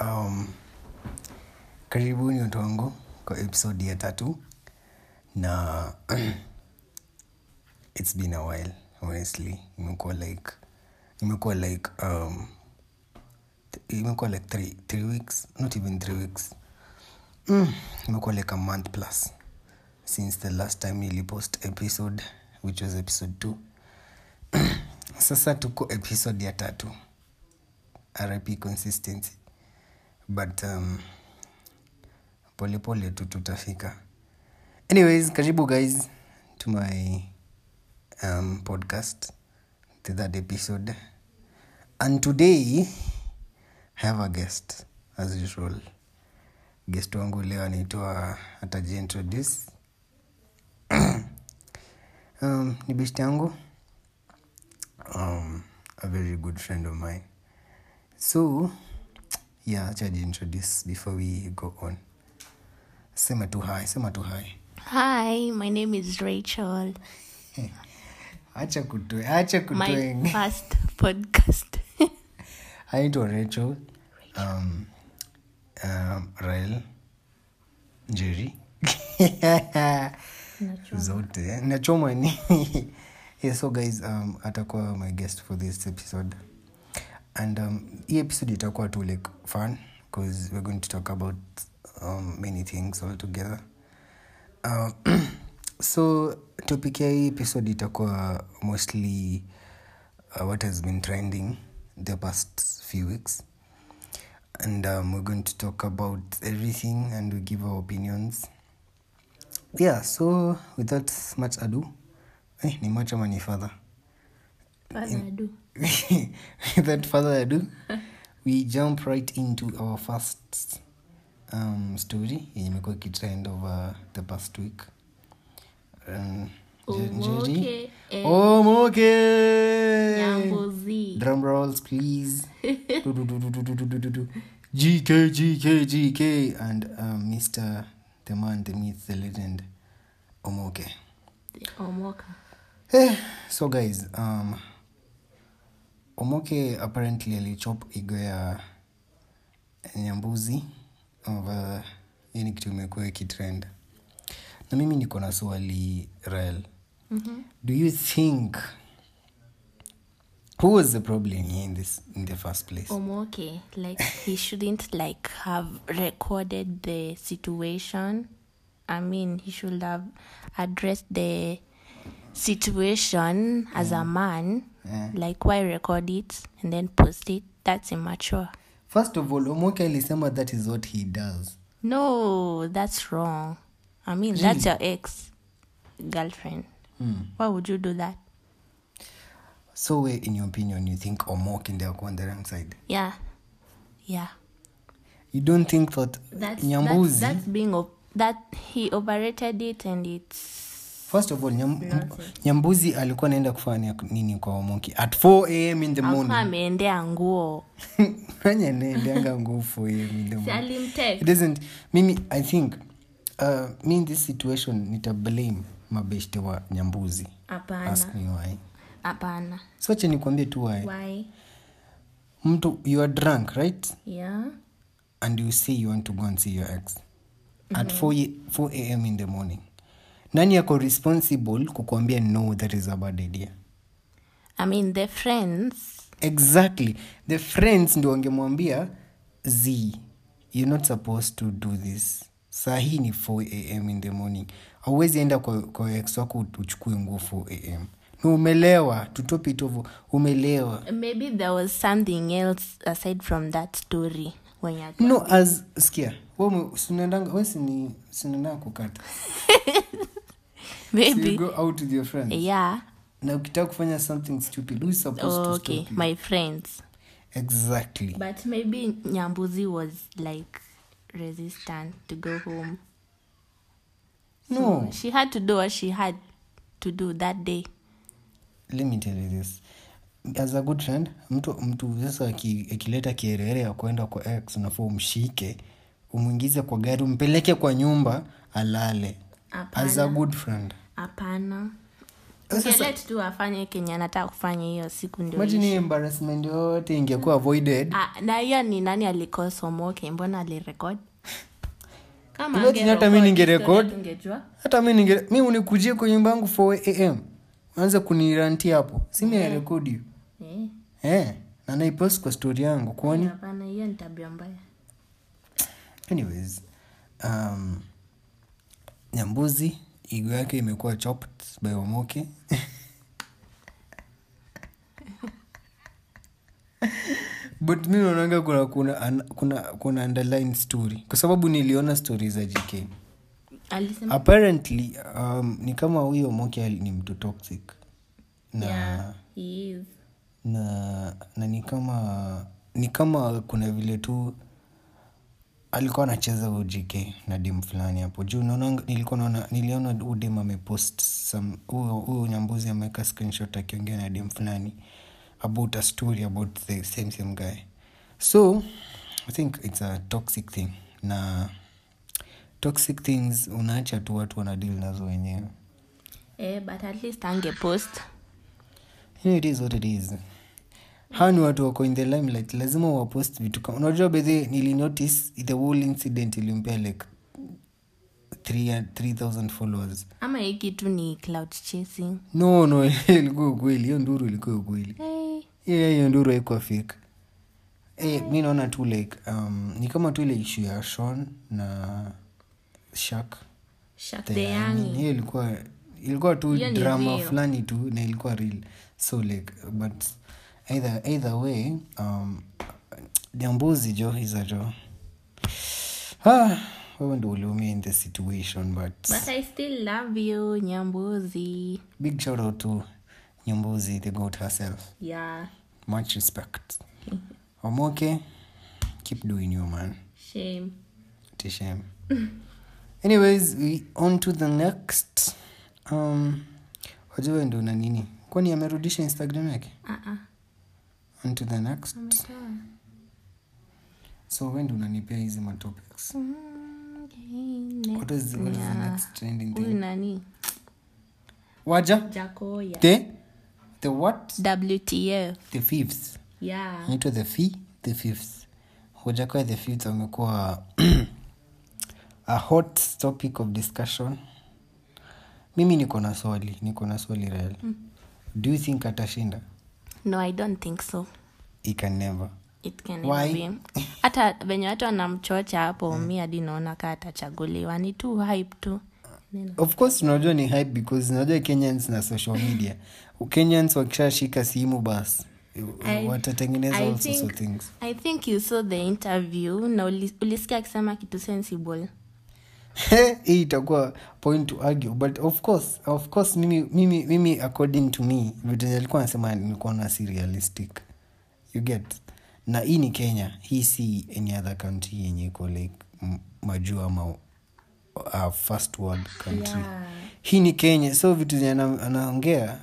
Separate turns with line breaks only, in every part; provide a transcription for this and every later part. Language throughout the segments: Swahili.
Um, karibuni watu wangu kwa episode ya tatu na it's been a while honestly imekuwa like imekuwa like um, th- imekuwa like three, three weeks not even three weeks mm, imekuwa like a month plus since the last time nilipost episode which was episode two sasa tuko episode ya tatu rip consistency but um, polepole tu tutafika anyways karibu guys to my um, podcast to that episode and today i have a guest as usual guest wangu leo anaitwa atajiintroduce um, ni best yangu um, a very good friend of mine so yeah acha jiintroduce before we go on sema tu hi sema tu hi
Hi, my name is Rachel.
acha kutoe acha
My
kutoe
first podcast.
haitwa rachel um, um, rael njeri zote nachomwa ni yeah, so guys um, atakuwa my guest for this episode and um, hii episode itakuwa tu like fun because we're going to talk about um, many things all together um, so topic ya hii episode itakuwa mostly uh, what has been trending the past few weeks and um, we're going to talk about everything and we give our opinions yeah so without much ado eh, ni much ama ni further
Further ado.
without further ado we jump right into our first um, story yenye imekuwa kitrend over the past week um, Je- Njeri?
Omoke, eh,
Oh, Omoke!
Nyambuzi.
drum rolls please do, do, do, do, do, do, do, do, do, do. gk gk gk and um, mr the man the myth the legend omoke
Omoka.
eh, so guys um, omoke apparently alichop igo ya nyambuzi over yani kitu imekuwa ikitrend na mimi niko na swali rael mm-hmm. do you think who was the problem here in, this, in the first place
Omoke. Like he shouldn't like have recorded the situation. I mean, he should have addressed the situation as a man. Like why record it and then post it? That's immature.
first of all omoke alisema that is what he does
No, that's wrong. I mean, that's your ex girlfriend.
Hmm.
Why would you do that?
so where in your opinion you think omoke ndio ako on the wrong side
Yeah, yeah.
you don't think that nyambuzi
that's, that's being op- that he overrated it and it's
first of all nyam, nyambuzi alikuwa anaenda kufanya nini kwa omoke at 4 am in the
alikuwa
morning
ameendea nguo.
anye anaendeanga nguo 4 am in the morning it
Alimtext.
doesn't mimi i think uh, me in this situation nita blame mabeshte wa nyambuzi ask
Hapana,
me why
hapana.
so acha nikwambie tu why
Why?
mtu you are drunk right
Yeah.
and you say you want to go and see your ex at 4 ye- 4 am in the morning nani yako responsible kukuambia no that is a bad idea
I mean, the friends.
exactly the friends ndio wangemwambia z you're not supposed to do this saa hii ni 4 am in the morning auwezi enda kwa, kwa ex wako ut- uchukue nguo 4 am na umelewa tutopitovo umelewa
Maybe there was something else aside from that story when you're
no as skia wesinaendanga kukata so you
maybe. Eh.
go out with your friends
Yeah.
na ukitaka kufanya something stupid who's supposed to stop
Oh, okay
you?
my friends
exactly
but maybe nyambuzi was like resistant to go home
no
she had to do what she had to do that day
let me tell you this as a good friend mtu mtu sasa aki- akileta kierere ya kuenda kwa ex unafaa umshike umwingize kwa gari umpeleke kwa nyumba alale as a good friend
hapana ngelet tu afanye kenye anataka kufanya hiyo siku ndio
imagine
iishe.
embarrassment yote ingekuwa avoided
Ah, na hiyo ni nani alikosomoke mbona alirekod kama
Imagine hata mi
angerecord,
ningerecord.
historia tungejua.
hata mi ninge mi unikujie kwa nyumba yangu 4 am anze kuniranti hapo simi yeah. rekodi
Eh,
eh na naipost kwa story yangu kuoni
hapana hiyo ni tabia mbaya
anyways um, nyambuzi igo yake imekuwa chopped by omoke but mi naonanga kuna, kuna, an- kuna, kuna underline story kwa sababu niliona story za jk
alisema
apparently um, ni kama huyo omoke ni mtu toxic na
yeah, he is.
na, na ni kama ni kama kuna vile tu alikuwa anacheza ujk na dim fulani hapo juu naona nilikuwa naona niliona udem amepost some- huyo huyo nyambuzi ameweka screenshot akiongea na dem fulani about a story about the same same guy so i think it's a toxic thing na toxic things unaacha tu watu wanadili nazo wenyewe
Eh, but at least angepost
You know, it is what it is hawa ni watu wako in the limelight lazima wapost vitu kama unajua bedhe nilinotice the whole incident ilimpea like 3 3000 followers
ama hii kitu ni cloud chasing
no no ilikuwa ukweli hiyo nduru ilikuwa ukweli
hey.
Yeah, hiyo nduru haikuwa fake Eh, mi naona tu like um, ni kama tu ile issue ya Sean na Shaq
shateyangi
hiyo ilikuwa ilikuwa tu
Hiyo ni
drama
real.
fulani tu na ilikuwa real so like but either, either way um, jambuzi jo hiza jo ah, wewe ndo uliumia in the situation but
but i still love you nyambuzi
big shout out to nyambuzi the goat herself
yeah
much respect
Mm-hmm.
omoke keep doing you man
shame
It's a shame. Anyways, we on to the next. Um, wajua ndo na nini kwani amerudisha instagram yake
uh-uh.
on to the next so we ndo unanipea hizi matopics what is the, what is the next trending
huyu
thing
nani
waja
jakoya
the the what
wtf
the fifth
yeah
inaitwa the fee the fifth hujakuwa the fifth wamekuwa a hot topic of discussion mimi niko na swali niko na swali rel
Mm.
do you think atashinda
no i don't think so
he can never
it can
Why? Mm.
be. hata venye watu wanamchocha hapo mi hadi naona kaa atachaguliwa ni tu hype tu Neno.
of course unajua ni hype because unajua kenyans na social media kenyans wakishashika simu basi
I-
Mm, watatengeneza
I
all sorts
think-
of things
i think you saw the interview na uli- ulisikia akisema kitu sensible
hii itakuwa point to argue but of course of course mimi, mimi, mimi according to me vitu zenye alikuwa nasema nilikuwa na si realistic you get na hii ni kenya hii si any other country yenye iko like m- majuu ama uh, first world country
Yeah.
hii ni kenya so vitu zenye ana- anaongea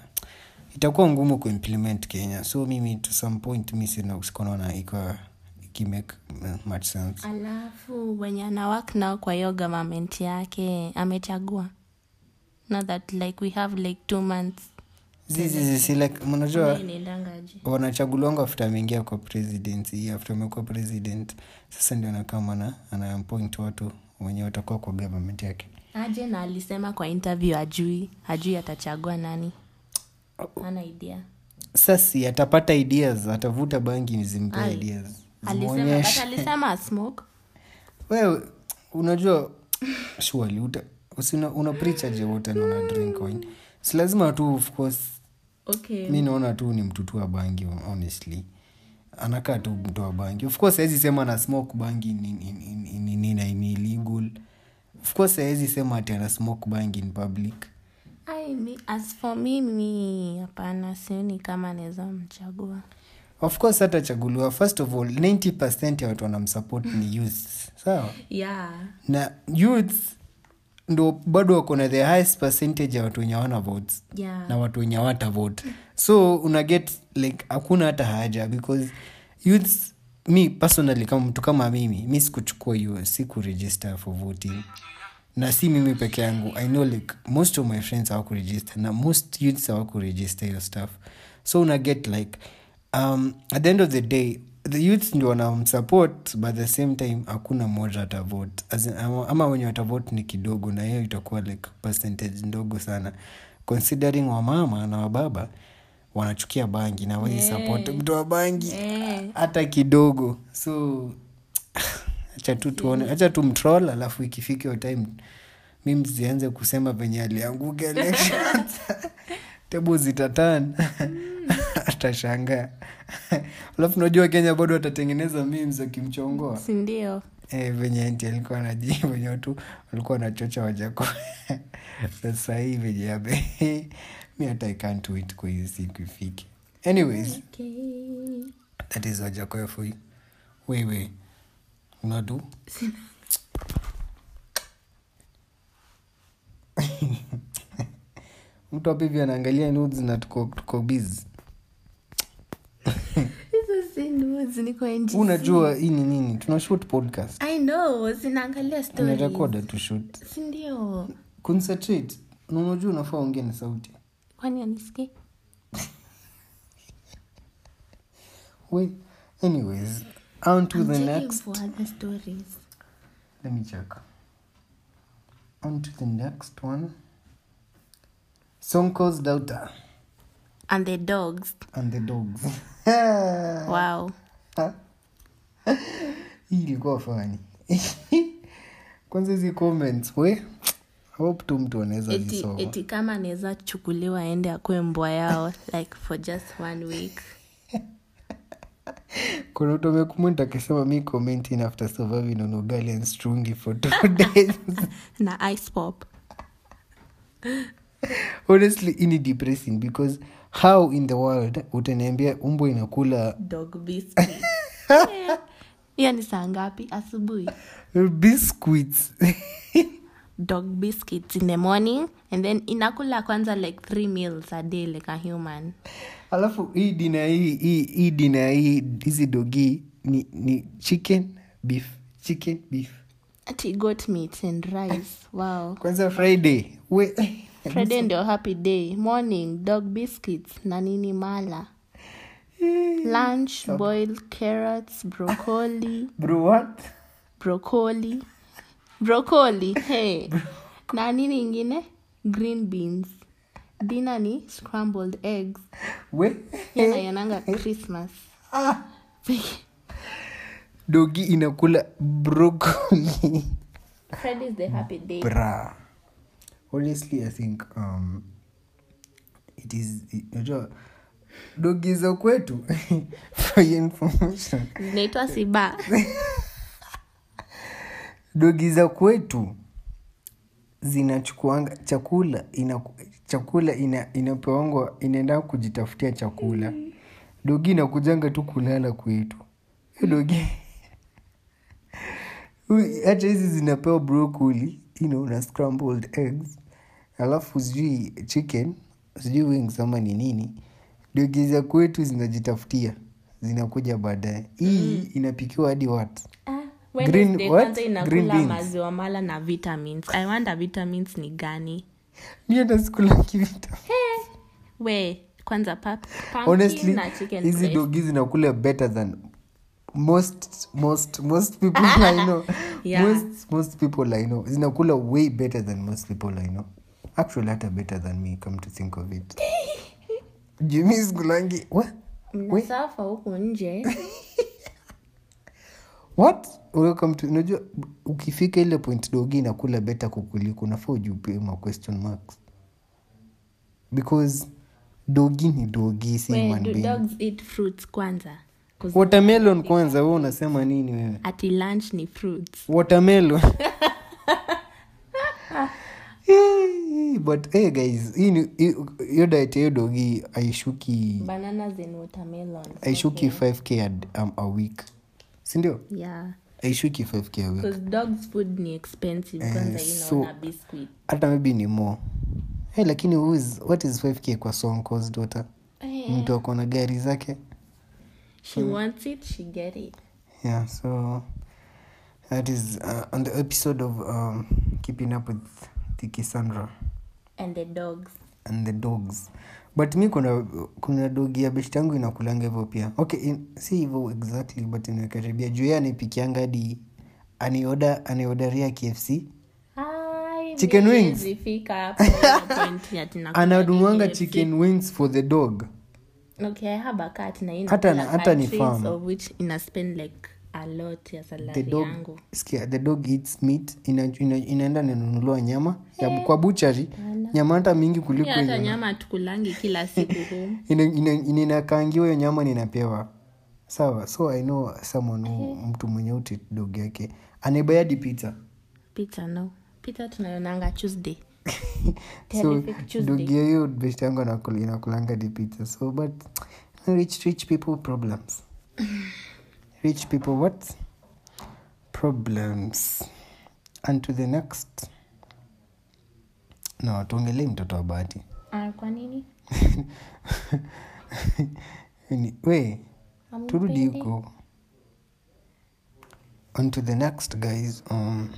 itakuwa ngumu kuimplement kenya so mimi to some point mi sina- sikunaona iko ikimake uh, much sense
alafu wenye anawak nao kwa hiyo government yake amechagua not that like we have like two months
zizizi like mnajua
inaendangaje
wanachaguliwanga after ameingia kwa presidency after amekuwa president sasa ndio anakama na anampoint watu wenye watakuwa kwa government yake
aje na alisema kwa interview ajui ajui atachagua nani ana idea
sasi atapata ideas atavuta bangi zimpe
Ai.
ideas
alisema but
Zimuonyeshe.
alisema smoke
wewe unajua surely uta usina una preach aje wote na una drink wine si lazima tu of course
okay
mi naona tu ni mtu tu wa bangi honestly anakaa tu mtu wa bangi of course hawezi sema na smoke bangi ni- ni- ni- ni- ni- ni- na ni illegal of course hawezi sema ati ana smoke bangi in public
Ai, mi, as for mimi hapana sioni kama naweza mchagua
of course hatachaguliwa first of all 90 ya watu wanamsupport ni youth sawa
yeah
na youth ndo bado wako na the highest percentage ya watu wenye hawana votes
yeah
na watu wenye watavote so una get like hakuna hata haja because youths mi personally kama mtu kama mimi mi sikuchukua hiyo sikuregister for voting na si mimi peke yangu i know like most of my friends hawakuregister na most youths hawakuregister hiyo stuff so una get like um, at the end of the day the youths ndio wanamsupport but at the same time hakuna moja atavote As in, ama- ama wenye watavote ni kidogo na hiyo itakuwa like percentage ndogo sana considering wamama na wababa wanachukia bangi na wezi support mtu wa bangi hata kidogo so hacha tu tuone hacha tu mtrol alafu ikifika hiyo time mi msianze kusema venye alianguka elections tebu zitatan atashangaa alafu unajua kenya bado watatengeneza memes wakimchongoa
sindio
e, venye nti alikuwa naji venye watu walikuwa wanachocha wajako sahii venye yabe mi hata i can't wait kwa hizi siku ifike anyways
okay.
that is wajako foi wewe unadu mtu hapa hivi anaangalia nudes na tuko, tuko busy
hizo si nudes, niko NGC.
unajua hii ni nini tunashoot podcast
i know zinaangalia stories
unarekoda tushoot
sindio
concentrate na unajua unafaa ongee na sauti
kwani anisikii
we anyways on to the
I'm checking
next
for other stories
let me check on to the next one sonko's daughter
and the dogs
and the dogs
wow
hii ilikuwa fani kwanza hizi comments we hope tu mtu anaweza
eti,
zisoma
eti kama anaweza chukuliwa aende akuwe mbwa yao like for just one week
kuna mtu amekumwenta akisema mi commenting after surviving on ugali and strungi for two days
na ice pop
honestly ini depressing because how in the world utaniambia umbo inakula
dog biscuit Eh, hiyo ni saa ngapi asubuhi
biscuits
dog biscuits in the morning and then inakula kwanza like three meals a day like a human
alafu hii dina hii hii- hii dina hii hizi dogi ni, ni chicken beef chicken beef
ati goat meat and rice wow
kwanza friday we
friday ndio happy day morning dog biscuits na nini mala lunch boiled carrots broccoli
bro what
brokoli brokoli hey. na nini ingine green beans dina ni scrambled eggs
we Eh,
yanayananga christmas
ah, dogi inakula broccoli
friday is the happy day
bra honestly i think um it is it- unajua dogi za kwetu for your information
zinaitwa siba
dogi za kwetu zinachukuanga chakula ina, chakula ina, inapeangwa inaenda kujitafutia chakula dogi inakujanga tu kulala kwetu Hiyo dogi Ui, hata hizi zinapewa brokoli you know, na scrambled eggs alafu sijui chicken sijui wings ama ni nini dogi za kwetu zinajitafutia zinakuja baadaye hii inapikiwa hadi watu
Ah,
Green
Wednesday
what?
kwanza
Green
inakula
beans.
maziwa mala na vitamins i wonder vitamins ni gani
mi hata sikulaki vitamin
we kwanza pap- pumpkin
honestly
na chicken
hizi
breast.
dogi zinakula better than most most most people i know
Yeah.
most most people i know zinakula way better than most people i know actually hata better than me come to think of it jimi sikulangi what Wait,
mnasafa huku nje
what welcome to unajua ukifika ile point dogi inakula better kukuliko unafaa ujupie ma question marks because dogi ni dogi si
we,
human
do
being
dogs eat fruits kwanza 'Cause
watermelon kwanza we unasema nini wewe
ati lunch ni fruits
watermelon Eh, but hey guys hii ni- hii- hiyo diet ya hiyo dogi aishuki
bananas and watermelon
aishuki 5k a, um, a week sindio
yeah
aishuki 5k a week
because dogs food ni expensive kwanza you know
Eh, so-
na biscuit
hata maybe ni more hey, lakini who is, what is 5k kwa sonkos dota
Eh,
mtu ako na gari zake Mm.
she wants it she get it
yeah so That is uh, on the episode of um, Keeping Up with Tiki Sandra
and the dogs
and the dogs. But mi kuna, kuna dogi ya beshti yangu inakulanga hivyo pia. Okay, in, si hivyo exactly but inakaribia. Juu yeye anaipikianga hadi anioda anaiodaria KFC.
Hi,
Chicken
mimi
wings.
sifika hapo hiyo point ya tinakula
Anadumuanga
KFC.
chicken wings for the dog.
okay i have a cat na ina
Hata-
kula
hata ni
cartridges,
farm.
of which ina spend like a lot ya
the
salary
dog
yangu
skia, the dog eats meat ina, ina, inaenda nanunulua nyama ya, kwa buchari nyama hata mingi kuliko
Eh. Mimi hata
ina-
nyama tukulangi kila siku home
ina- ina- ina- inakaangiwa hiyo nyama ninapewa sawa so i know someone who,
Eh.
mtu mwenye uti dog yake anaibaya pizza
peter no peter tunaonanga tuesday
so
Terrific Tuesday.
dog ya hiyo best yangu anakula- inakulanga di pizza so but rich rich people problems rich people what problems and to the next no tuongelee mtoto wa bahati
Ah, kwa nini
Ni- we turudi
Hampendi?
huko on to the next guys um,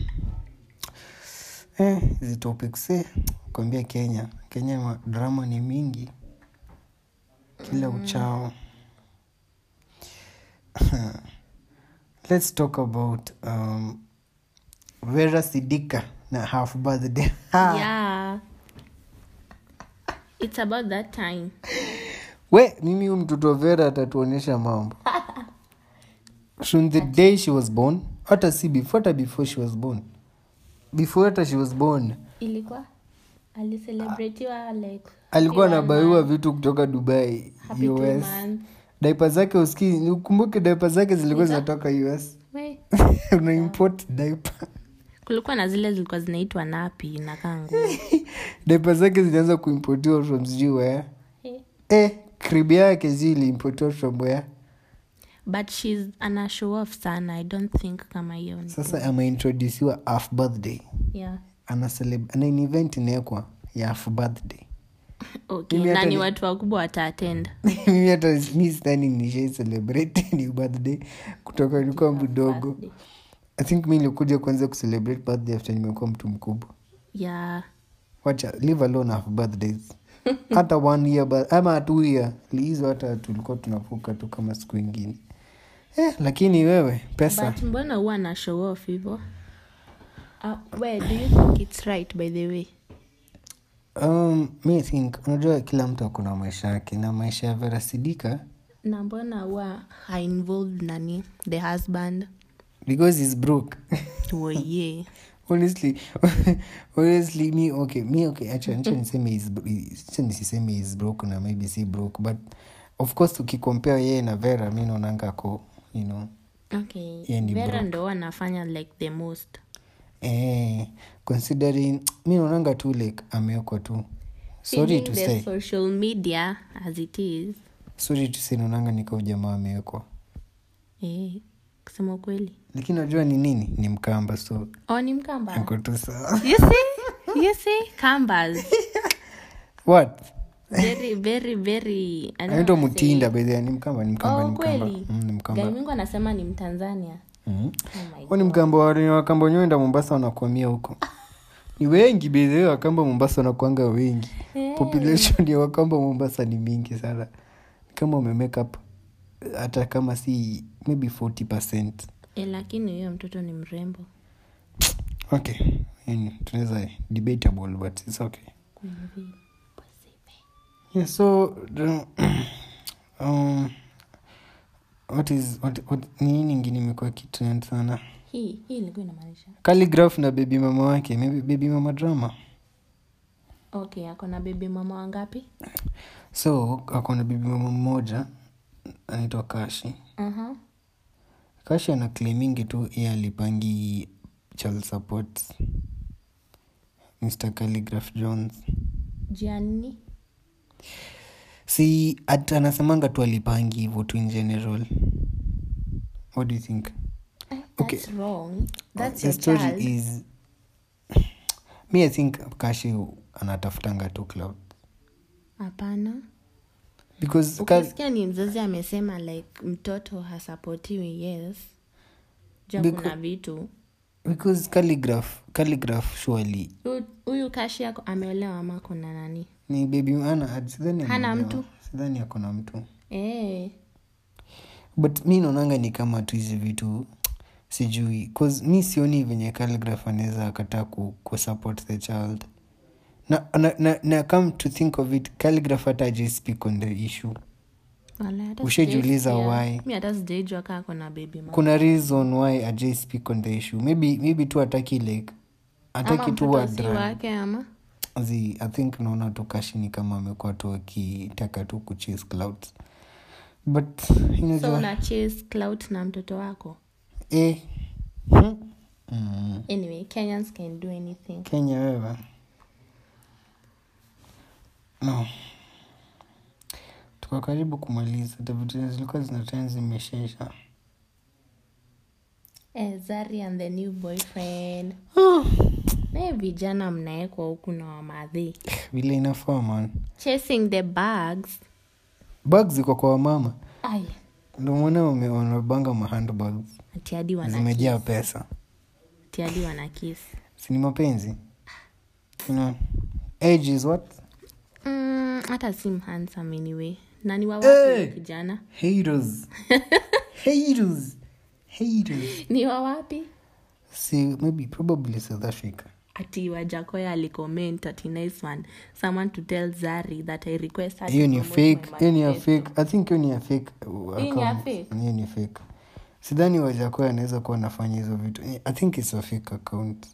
eh, hizi topics eh, kuambia kenya kenya ma- drama ni mingi kila uchao let's talk about um, vera sidika na half birthday Ha!
yeah it's about that time
we mimi huyu mtoto wa vera atatuonyesha mambo from the day she was born hata si before hata before she was born before hata she was born
ilikuwa alicelebratiwa like
alikuwa
happy one
anabaiwa
month,
vitu kutoka dubai
happy two
us
months.
daipa zake uski ukumbuke daipa zake zilikuwa zinatoka us
We,
unaimport daipa
kulikuwa na zile zilikuwa zinaitwa napi inakaa ngumu
daipa zake zilianza kuimportiwa from sijui where eh kribi yake sijui iliimportiwa from where
but shes ana show off sana i don't think kama hiyo ni-
sasa ameintrodusiwa half birthday
yeah.
ana celeb- ana ni event inaekwa ya half birthday
okay.
Mimi
na
hata
ni
ni-
watu wakubwa wataatenda
mimi hata mi sidhani nishai celebrate ni birthday kutoka nilikuwa mdogo i think mi nilikuja kuanza kucelebrate birthday after nimekuwa mtu mkubwa
yeah.
wacha live alone half birthdays hata one year ba- ama two year lihizo hata tulikuwa tunavuka tu kama siku ingine eh, lakini wewe pesa
but mbona huwa na show off hivo uh, we do you think its right by the way
um, mi think unajua kila mtu akuna maisha yake na maisha ya verasidika
na mbona huwa hainvolved nani the husband
because is broke Hmm.
woye
honestly honestly mi okay mi okay acha
Mm.
acha niseme is acha nisiseme is broke na maybe si broke but of course ukicompare yeye na vera mi naonanga ako you know
okay.
Yeye ni
vera
broke.
ndo huwa anafanya like the most
eh considering mi naonanga tu like amewekwa tu sorry
Feeding
to
the
say
social media as it is
sorry to say naonanga nika ujamaa amewekwa
eh, kusema kweli
lakini najua ni nini ni mkamba so
oh, ni mkamba
ako tu sawa
you see you see kambas
what
very very very I don't
anaitwa
wanna say-
mutinda bedhea ni mkamba ni mkamba
Ah, Oh,
ni mkamba
kweli?
Mm, ni mkamba
Gaimingo anasema ni mtanzania
Mhm.
oh my
Huo ni mgambo wale wakamba wenyeweenda mombasa wanakwamia huko ni wengi bedhee wakamba mombasa wanakuanga wengi population ya wakamba mombasa ni mingi sana Ni kama umemake up hata kama si maybe 40
Eh, lakini huyo mtoto ni mrembo
okay yani, tunaweza debatable but it's okay
Kuna vile. Pasive.
yeah, so the- um, what is what, what, ni nini ingine imekuwa kitrend sana
hii hii ilikuwa inamaanisha
Khaligraph na baby mama wake maybe baby mama drama
okay ako na bebi mama wangapi
so akona bibi mama mmoja anaitwa kashi
uh-huh.
kashi ana claimingi tu ye alipangi child support mr caligraph jones
jiani
si at anasemanga tu alipangi hivo tu in general what do you think Okay.
Eh, That's wrong. That's
the
your
story
child.
is mi i think kashi anatafutanga tu cloud
hapana
because Ka-
ukisikia ni mzazi amesema like mtoto hasapotiwi yes ja
Becau-
kuna vitu
because calligraph calligraph surely
Hu- huyu kashi yako ameolewa ama kuna nani
ni baby ana sidhani
Hana
ameolewa.
mtu.
sidhani akona mtu
Eh,
but mi naonanga ni kama tu hizi vitu sijui cause mi sioni venye calligraph anaweza akataa ku, ku support the child na, na, na, na come to think of it calligraph hata ajai speak on the issue
wala hata
Ushajiuliza
sijaisikia.
why?
mi hata sijaijua kaa kona bebi mama.
kuna reason why ajai speak on the issue maybe, maybe tu ataki like
ama
ataki tu
mtoto si
wadra
wake ama
zi i think naona tu kashini kama amekuwa tu akitaka tu kuchase clouds but
so
unajua
una chase clout na mtoto wako
eh, hmm, mm,
anyway kenyans can do anything
kenya wewe no tuko karibu kumaliza tavitu zilikuwa zina time zimeshaisha
eh, zari and the new boyfriend
Ah,
naye vijana mnaekwa huku na wamadhi
vile inafaa man
chasing the bags
bag ziko kwa wamama
Ai,
ndo mwana wame- wanabanga mahandbags
ati hadi wana
zimejaa pesa
ati hadi wana kiss
sini mapenzi you know, age is what
Mm, hata si mhansam anyway na ni wawapi
Eh!
kijana
haters haters haters
ni wawapi
see maybe probably south africa
ati wajakoya alicomment ati nice one someone to tell zari that i request her to
hiyo ni
promote my
fake hiyo ni ya
manifesto."
fake i think hiyo ni ya fake uh,
Hii ni ya
account.
fake?
hiyo ni fake sidhani wajakoya anaweza kuwa anafanya hizo vitu i think it's a fake account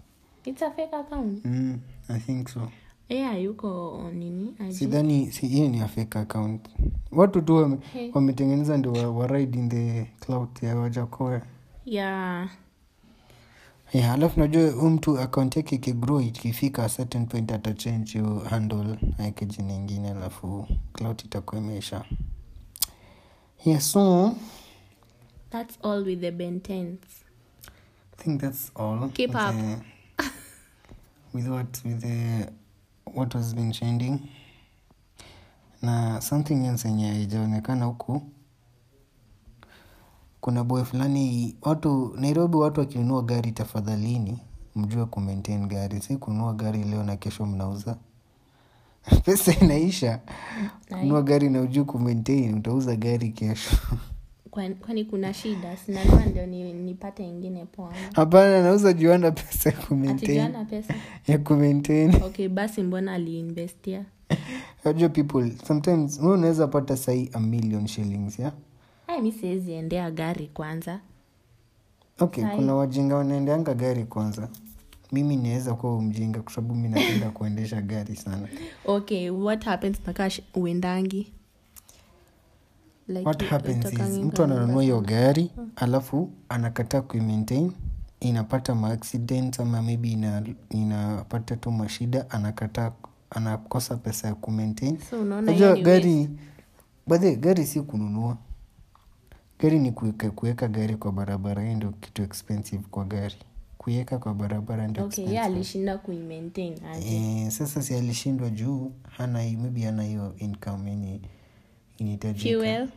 It's a fake account
mm, i think so
yeah yuko on nini IG.
sidhani si- hiyo ni a fake account watu tu wame-
Hey.
wametengeneza ndio wa, wa ride in the cloud ya wajakoya
yeah
yeah, alafu najua huu mtu akaunt yake ikigrow ikifika a certain point atachange hiyo handle aeke jina ingine alafu clout itakuwa imeisha yeah, so
that's all with the bentens
I think that's all
Keep
with
up.
the- with what with the what has been trending na something else yenye haijaonekana huku kuna boy fulani watu nairobi watu wakinunua gari tafadhalini mjue kumaintain gari si kununua gari leo na kesho mnauza pesa inaisha kununua gari na ujue kumaintain utauza gari kesho
kwani kwani kuna shida sinanua ndio ni, nipate ingine poa
hapana nauza juana pesa ya kumaintain
atijana pesa
ya kumaintain
okay basi mbona aliinvestia
unajua people sometimes we unaweza pata sahi a million shillings yeah?
ai mi siwezi endea gari kwanza
okay
Sahi.
kuna wajinga wanaendeanga gari kwanza mimi naweza kuwa mjinga kwa sababu mi napenda kuendesha gari sana
okay what happens nakaa sh- uendangi like
what
you-
happens is
utokangi
mtu
kwa
ananunua
nyumba
hiyo
sana. Hmm.
gari alafu anakataa kuimaintain inapata maaccident ama maybe ina, inapata tu mashida anakataa anakosa pesa ya kumaintain
so unaona hiyo
najua
ni
gari badhe gari si kununua gari ni kuweka kuweka gari kwa barabara hiyo ndio kitu expensive kwa gari kuiweka kwa barabara
waste.
ndio
okay
expensive.
yeah alishinda kuimaintain aje
Eh, sasa si alishindwa juu hana hi- maybe hana hiyo income yenye inahitajika
fuel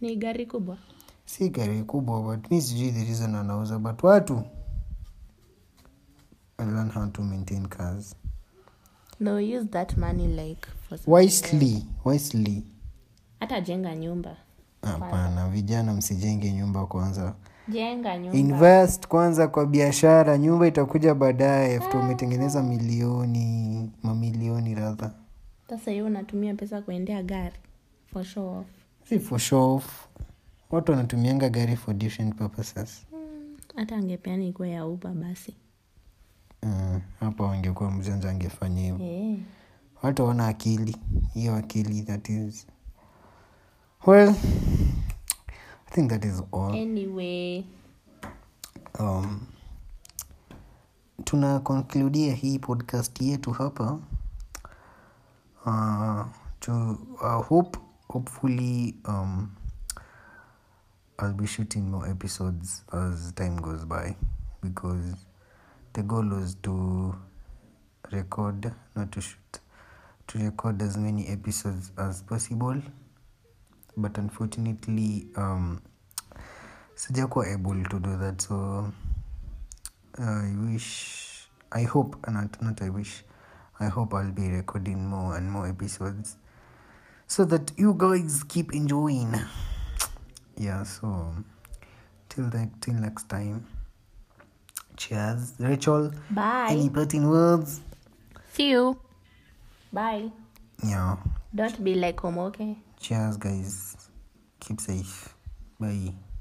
ni gari kubwa
si gari kubwa but mi sijui the reason anauza but watu I learn how to maintain cars
no use that money like for something else.
wisely wisely
hata jenga nyumba
hapana vijana msijenge nyumba kwanza
jenga nyumba
invest kwanza kwa biashara nyumba itakuja baadaye after umetengeneza milioni mamilioni radha
sasa hiyo unatumia pesa kuendea gari for show off.
si for show off. watu wanatumianga gari for different purposes
Mm, hata angepeana ikuwa ya uba basi
Mm, hapa wangekuwa mjanja angefanya hivyo
Eh.
watu wana akili hiyo akili that is well i think that is all
anyway
um, tuna konkludia hii podcast yetu hapa uh, to uh, hope hopefully um, i'll be shooting more episodes as time goes by because the goal was to record not to shoot to record as many episodes as possible but unfortunately um sijakuwa able to do that so uh, I wish, I hope, uh, not, not I wish, I hope I'll be recording more and more episodes so that you guys keep enjoying. Yeah, so till that, till next time. Cheers, Rachel.
Bye.
Any parting words?
See you. Bye.
Yeah.
Don't be like home, okay?
Cheers, guys. Keep safe. Bye.